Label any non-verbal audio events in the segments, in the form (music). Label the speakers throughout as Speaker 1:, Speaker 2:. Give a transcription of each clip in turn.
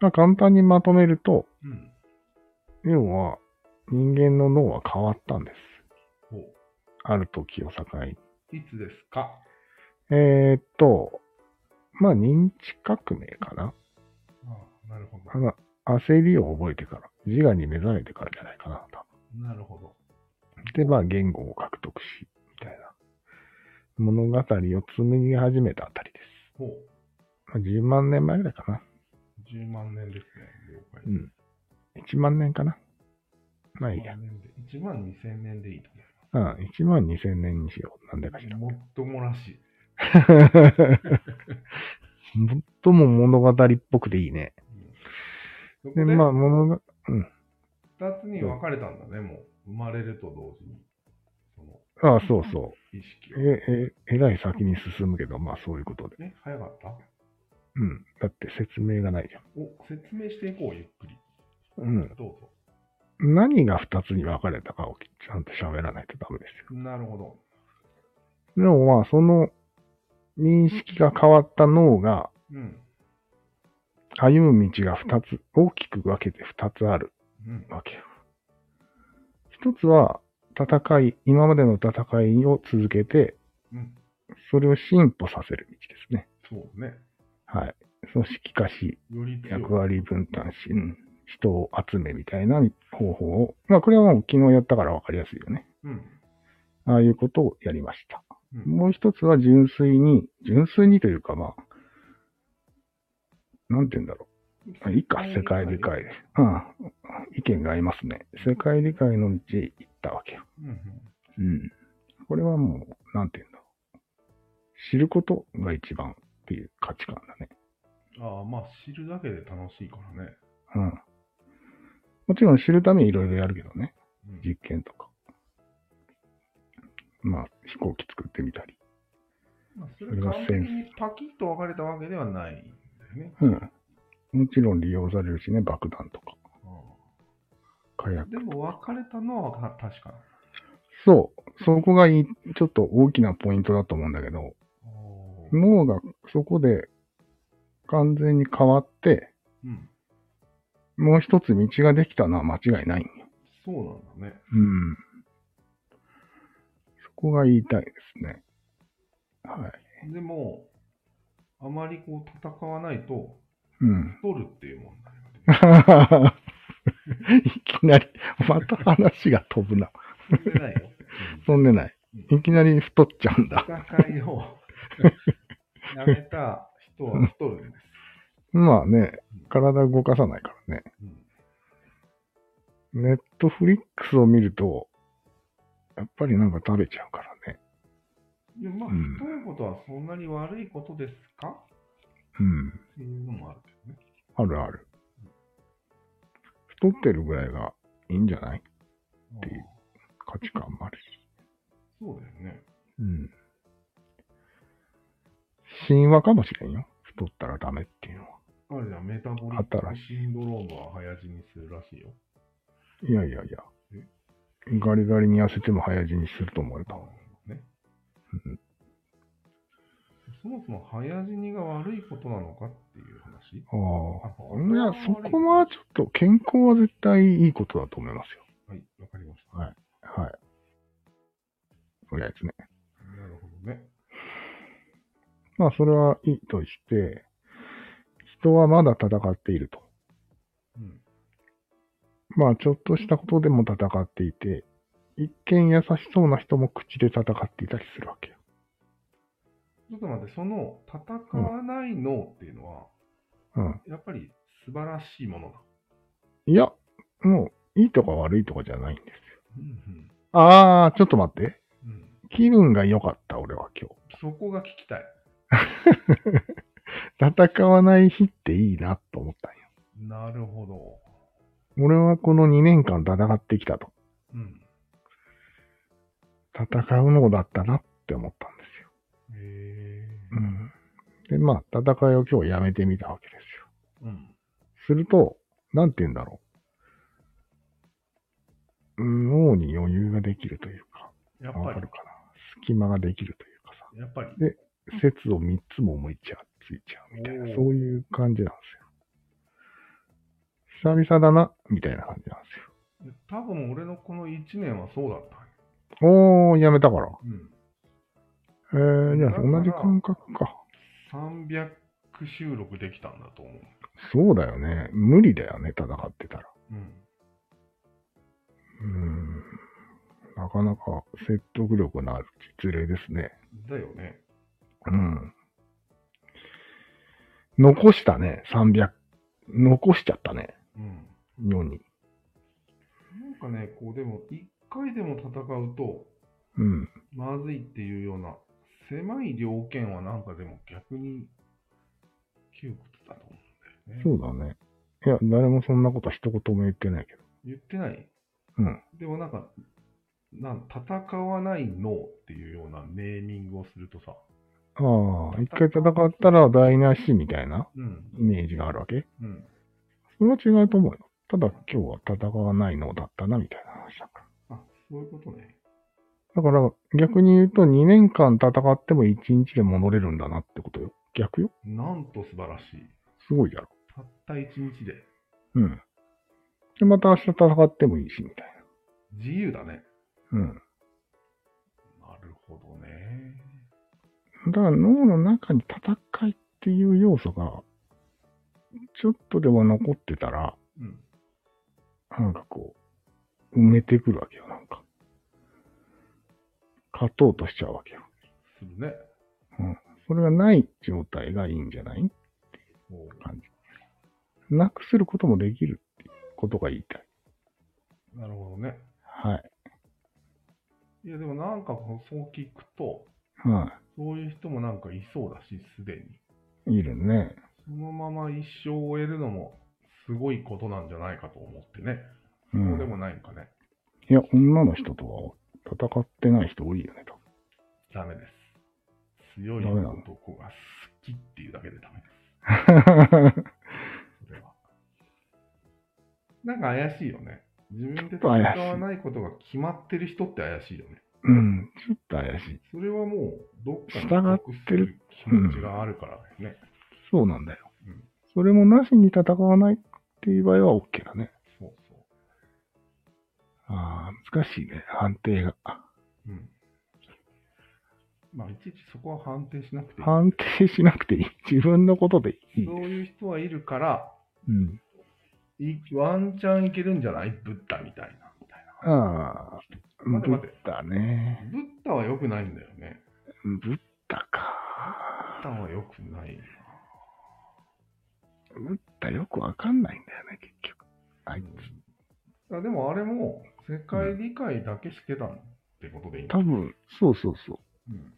Speaker 1: まあ簡単にまとめると、
Speaker 2: うん。
Speaker 1: 要は人間の脳は変わったんです。
Speaker 2: お
Speaker 1: ある時を境に。
Speaker 2: いつですか
Speaker 1: えーっと、まあ認知革命かな
Speaker 2: ああ、なるほど。
Speaker 1: あの、焦りを覚えてから、自我に目覚めてからじゃないかな、多
Speaker 2: なるほど。
Speaker 1: 分。で、まあ言語を獲得し、みたいな物語を紡ぎ始めたあたりです。
Speaker 2: お
Speaker 1: まあ、10万年前ぐらいかな。
Speaker 2: 10万年ですね。了解。
Speaker 1: うん。1万年かな。まあいい
Speaker 2: 1
Speaker 1: や。
Speaker 2: 万年で1万2000年でいいと思います。
Speaker 1: うん、1万2000年にしよう。なんでかし (laughs) ら。
Speaker 2: もっともらしい。
Speaker 1: 最も物語っぽくていいね。
Speaker 2: うん、そ
Speaker 1: で、
Speaker 2: こで、
Speaker 1: まあ物が、
Speaker 2: 2つに分かれたんだね、もう。生まれると同時に。その
Speaker 1: ああ、そうそう。
Speaker 2: 意識が。
Speaker 1: え、え、えらい先に進むけど、まあそういうことで。
Speaker 2: え、早かった
Speaker 1: うん。だって説明がないじゃん。
Speaker 2: お、説明していこう、ゆっくり。
Speaker 1: うん。
Speaker 2: どうぞ。
Speaker 1: 何が二つに分かれたかをちゃんと喋らないとダメです
Speaker 2: なるほど。
Speaker 1: よ。でもまあ、その認識が変わった脳が
Speaker 2: うん。
Speaker 1: 歩む道が二つ、大きく分けて二つある
Speaker 2: うん。
Speaker 1: わけよ。一つは、戦い、今までの戦いを続けて、
Speaker 2: うん。
Speaker 1: それを進歩させる道ですね。
Speaker 2: そうね。
Speaker 1: はい。組織化し、
Speaker 2: より強い。
Speaker 1: 役割分担し、うん人を集めみたいな方法を、まあこれはもう昨日やったから分かりやすいよね。
Speaker 2: うん。
Speaker 1: ああいうことをやりました。
Speaker 2: うん。
Speaker 1: もう一つは純粋に、純粋にというかまあ、なんて言うんだろう。いいか、世界理解。うん。意見が合いますね。世界理解の道へ行ったわけよ。
Speaker 2: うんうん。
Speaker 1: うん。これはもう、なんて言うんだろう。知ることが一番っていう価値観だね。
Speaker 2: ああ、まあ、知るだけで楽しいからね。
Speaker 1: うん。もちろん知るためにいろいろやるけどね。
Speaker 2: うん。
Speaker 1: 実験とか。まあ、飛行機作ってみたり。
Speaker 2: まあ、それが完璧にパキッと分かれたわけではないんだよね。
Speaker 1: うん。もちろん利用されるしね、爆弾とか、
Speaker 2: う
Speaker 1: 火薬
Speaker 2: ん、でも分かれたのは分か確かな
Speaker 1: そう。そこがいい、ちょっと大きなポイントだと思うんだけど、
Speaker 2: おー
Speaker 1: 脳がそこで完全に変わって、
Speaker 2: うん。
Speaker 1: もう一つ道ができたのは間違いないんよ。
Speaker 2: そうなんだね。
Speaker 1: うん。そこが言いたいですね。はい。
Speaker 2: でも、あまりこう戦わないと、
Speaker 1: うん。 (laughs)
Speaker 2: 取るっていうもんだよね。
Speaker 1: いきなり、また話が飛ぶな。
Speaker 2: 飛んでないよ。
Speaker 1: 飛んでない。いきなり太っちゃうんだ。
Speaker 2: 戦い
Speaker 1: (laughs)
Speaker 2: をやめた人は太るんです。
Speaker 1: まあね、体動かさないからね。
Speaker 2: うん
Speaker 1: ネットフリックスを見ると、やっぱりなんか食べちゃうからね。
Speaker 2: いやまあ、
Speaker 1: うん
Speaker 2: 太ることはそんなに悪いことですか
Speaker 1: うん。
Speaker 2: っていうのもあるけどね。
Speaker 1: あるある。太ってるぐらいがいいんじゃないていう
Speaker 2: ああ
Speaker 1: 価値観もあるし。
Speaker 2: そうだよね。
Speaker 1: うん。神話かもしれんよ。太ったらダメっていうのは。
Speaker 2: あれじゃメタボリック
Speaker 1: 新
Speaker 2: シンドロームは早死にするらしいよ。
Speaker 1: いやいやいや。ガリガリに痩せても早死にすると思うよ。多分
Speaker 2: ね (laughs)
Speaker 1: うん、
Speaker 2: そもそも早死にが悪いことなのかっていう話
Speaker 1: あ
Speaker 2: あ
Speaker 1: あ。いや、そこはちょっと健康は絶対いいことだと思いますよ。
Speaker 2: はい、わかりました。
Speaker 1: はい。はい。とりあえずね。
Speaker 2: なるほどね。
Speaker 1: まあ、それはいいとして、人はまだ戦っていると。
Speaker 2: うん。
Speaker 1: まあ、ちょっとしたことでも戦っていて、一見優しそうな人も口で戦っていたりするわけよ。
Speaker 2: ちょっと待って、その戦わない脳っていうのは、
Speaker 1: うん。
Speaker 2: やっぱり素晴らしいものだ。
Speaker 1: いや、もう、いいとか悪いとかじゃないんですよ。
Speaker 2: うん
Speaker 1: あー、ちょっと待って。
Speaker 2: うんうん、
Speaker 1: 気分が良かった、俺は今
Speaker 2: そこが聞きたい。
Speaker 1: 日。戦わない日っていいなと思ったんよ。
Speaker 2: なるほど。
Speaker 1: 俺はこの2年間戦ってきたと。
Speaker 2: うん。
Speaker 1: 戦うのだったなって思ったんですよ。
Speaker 2: へえ。
Speaker 1: うんで、まあ、戦いを今日やめてみたわけですよ。
Speaker 2: うん。
Speaker 1: すると、なんて言うんだろう。うん脳に余裕ができるというか、
Speaker 2: やっ
Speaker 1: わか
Speaker 2: ぱり
Speaker 1: る、かな。隙間ができるというかさ
Speaker 2: やっぱり。
Speaker 1: 説を3つも向いちゃう、ついちゃうみたい
Speaker 2: お
Speaker 1: な、
Speaker 2: ー
Speaker 1: そういう感じなんですよ。久々だな、みたいな感じなんです
Speaker 2: 多分俺のこの1年はそうだったんよ。
Speaker 1: よ。おー、やめたから。
Speaker 2: うん。
Speaker 1: えー、じゃあ
Speaker 2: だから
Speaker 1: 同じ感覚か。
Speaker 2: 300収録できたんだと思う。
Speaker 1: そうだよね。無理だよね、戦ってたら。
Speaker 2: うん。
Speaker 1: うーん。なかなか説得力のある実例ですね。
Speaker 2: だよね。
Speaker 1: うん。残したね、300。残しちゃったね、
Speaker 2: うん。
Speaker 1: 世に。
Speaker 2: なんかね、こうでも、一回でも戦うと、
Speaker 1: うん。
Speaker 2: まずいっていうような、狭い条件はなんかでも逆に、窮屈だと思うんだよね。
Speaker 1: そうだね。いや、誰もそんなこと一言も言ってないけど。
Speaker 2: 言ってない
Speaker 1: うん。
Speaker 2: でもなんか、なん戦わない脳っていうようなネーミングをするとさ、
Speaker 1: ああ、一回戦ったら台無しみたいな
Speaker 2: うん、
Speaker 1: イメージがあるわけ
Speaker 2: うん、
Speaker 1: それは違うと思うよ。ただ今日は戦わないのだったな、みたいな話だから。
Speaker 2: あ、そういうことね。
Speaker 1: だから逆に言うと2年間戦っても1日で戻れるんだなってことよ。逆よ。
Speaker 2: なんと素晴らしい。
Speaker 1: すごいだろ。
Speaker 2: たった一日で、
Speaker 1: うん。で、また明日戦ってもいいし、みたい
Speaker 2: 自由だね。
Speaker 1: な。うん。
Speaker 2: なるほどね。
Speaker 1: だから脳の中に戦いっていう要素が、ちょっとでも残ってたら、
Speaker 2: うん。
Speaker 1: なんかこう、埋めてくるわけよ、なんか。勝とうとしちゃうわけよ。
Speaker 2: するね。
Speaker 1: それがない状態がいいんじゃない
Speaker 2: おう
Speaker 1: 感じ。なくすることもできるっていうことが言いたい。
Speaker 2: なるほどね。
Speaker 1: はい。
Speaker 2: いや、でもなんかそう聞くと、
Speaker 1: は
Speaker 2: そういう人もなんかいそうだし、すでに。
Speaker 1: い。いるね。
Speaker 2: そのまま一生を終えるのも、すごいことなんじゃないかと思ってね。
Speaker 1: う
Speaker 2: そうで
Speaker 1: ん。
Speaker 2: もないんかね。
Speaker 1: いや、女の人とは戦ってない人多いよね、と。 (laughs)
Speaker 2: ダメです。強い
Speaker 1: ダメなの
Speaker 2: 男が好きっていうだけでダメです。それは。なんか怪しいよね。自分で
Speaker 1: ちょっと怪しい
Speaker 2: 戦わないことが決まってる人って怪しいよね。
Speaker 1: うん。ちょっと怪しい。
Speaker 2: それはもう、どっかに
Speaker 1: 従っ
Speaker 2: 属す
Speaker 1: てる
Speaker 2: る気持ちがあるからですね。
Speaker 1: そうなんだよ。
Speaker 2: うん
Speaker 1: それもなしに戦わないっていう場合は OK だね。
Speaker 2: そうそ
Speaker 1: ああ、難しいね。判定が。
Speaker 2: う。うん。まあ、いちいちそこは判定しなくていい。
Speaker 1: 判定しなくていい。自分のことでいい。
Speaker 2: そういう人はいるから、
Speaker 1: うん。
Speaker 2: いワンチャンいけるんじゃないブッダみたいな。みたいな。
Speaker 1: ああ、ブ
Speaker 2: 待て
Speaker 1: ッ
Speaker 2: 待て
Speaker 1: ダね。
Speaker 2: ブッダは良くないんだよね。
Speaker 1: ブッダ
Speaker 2: ブ
Speaker 1: か。
Speaker 2: ッダは良くない。
Speaker 1: ブッダよくわかんないんだよね、結局。あいつ。
Speaker 2: あでもあれも、世界理解だけしてたってことでいいんだ
Speaker 1: 多分、そうそうそう。
Speaker 2: うん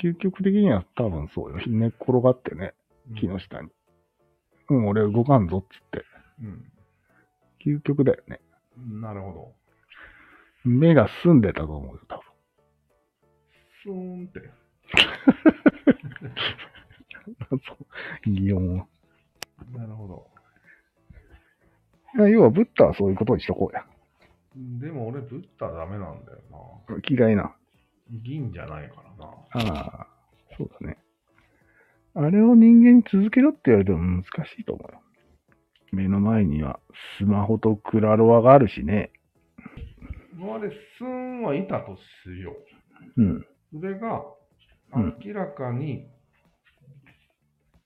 Speaker 1: 究極的には多分そうよ。寝っ転がってね、
Speaker 2: うん
Speaker 1: 木の下に。うん、俺動かんぞっつって。究極だよね。
Speaker 2: うん。なるほど。
Speaker 1: 目が澄んでたと思うよ、多分。
Speaker 2: スーンって。
Speaker 1: (laughs) そう。擬音を
Speaker 2: なるほど。
Speaker 1: いや要は、ブッダはそういうことにしとこうや。
Speaker 2: でも俺、ブッダダメなんだよな。
Speaker 1: 嫌いな。
Speaker 2: 銀じゃないからな。
Speaker 1: ああ、そうだね。あれを人間に続けろって言われても難しいと思うよ。目の前にはスマホとクラロワがあるしね。
Speaker 2: 今までスーンはいたとするよ。
Speaker 1: うん。
Speaker 2: それが
Speaker 1: うん
Speaker 2: 明らかに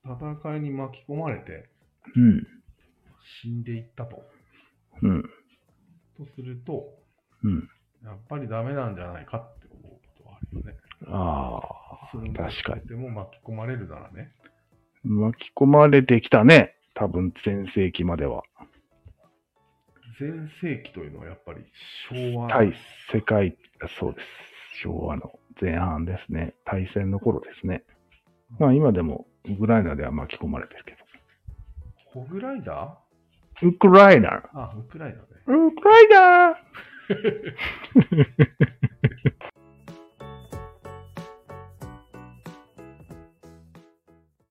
Speaker 2: 戦いに巻き込まれて
Speaker 1: うん。
Speaker 2: 死んでいったと。
Speaker 1: うん。
Speaker 2: とすると、
Speaker 1: うん。
Speaker 2: やっぱりダメなんじゃないかって思うことはあるよね。
Speaker 1: あ
Speaker 2: スーン
Speaker 1: あ、確かに。
Speaker 2: でも巻き込まれるならね。
Speaker 1: 巻き込まれてきたね。多分、全盛期までは。
Speaker 2: 全盛期というのはやっぱり昭和。
Speaker 1: 対世界、そうです。昭和の前半ですね。大戦の頃ですね。まあ今でもウクライナでは巻き込まれてるけ
Speaker 2: ホグライダ
Speaker 1: ど。ウクライナ
Speaker 2: ーあ、ウクライナね。
Speaker 1: ウクライナ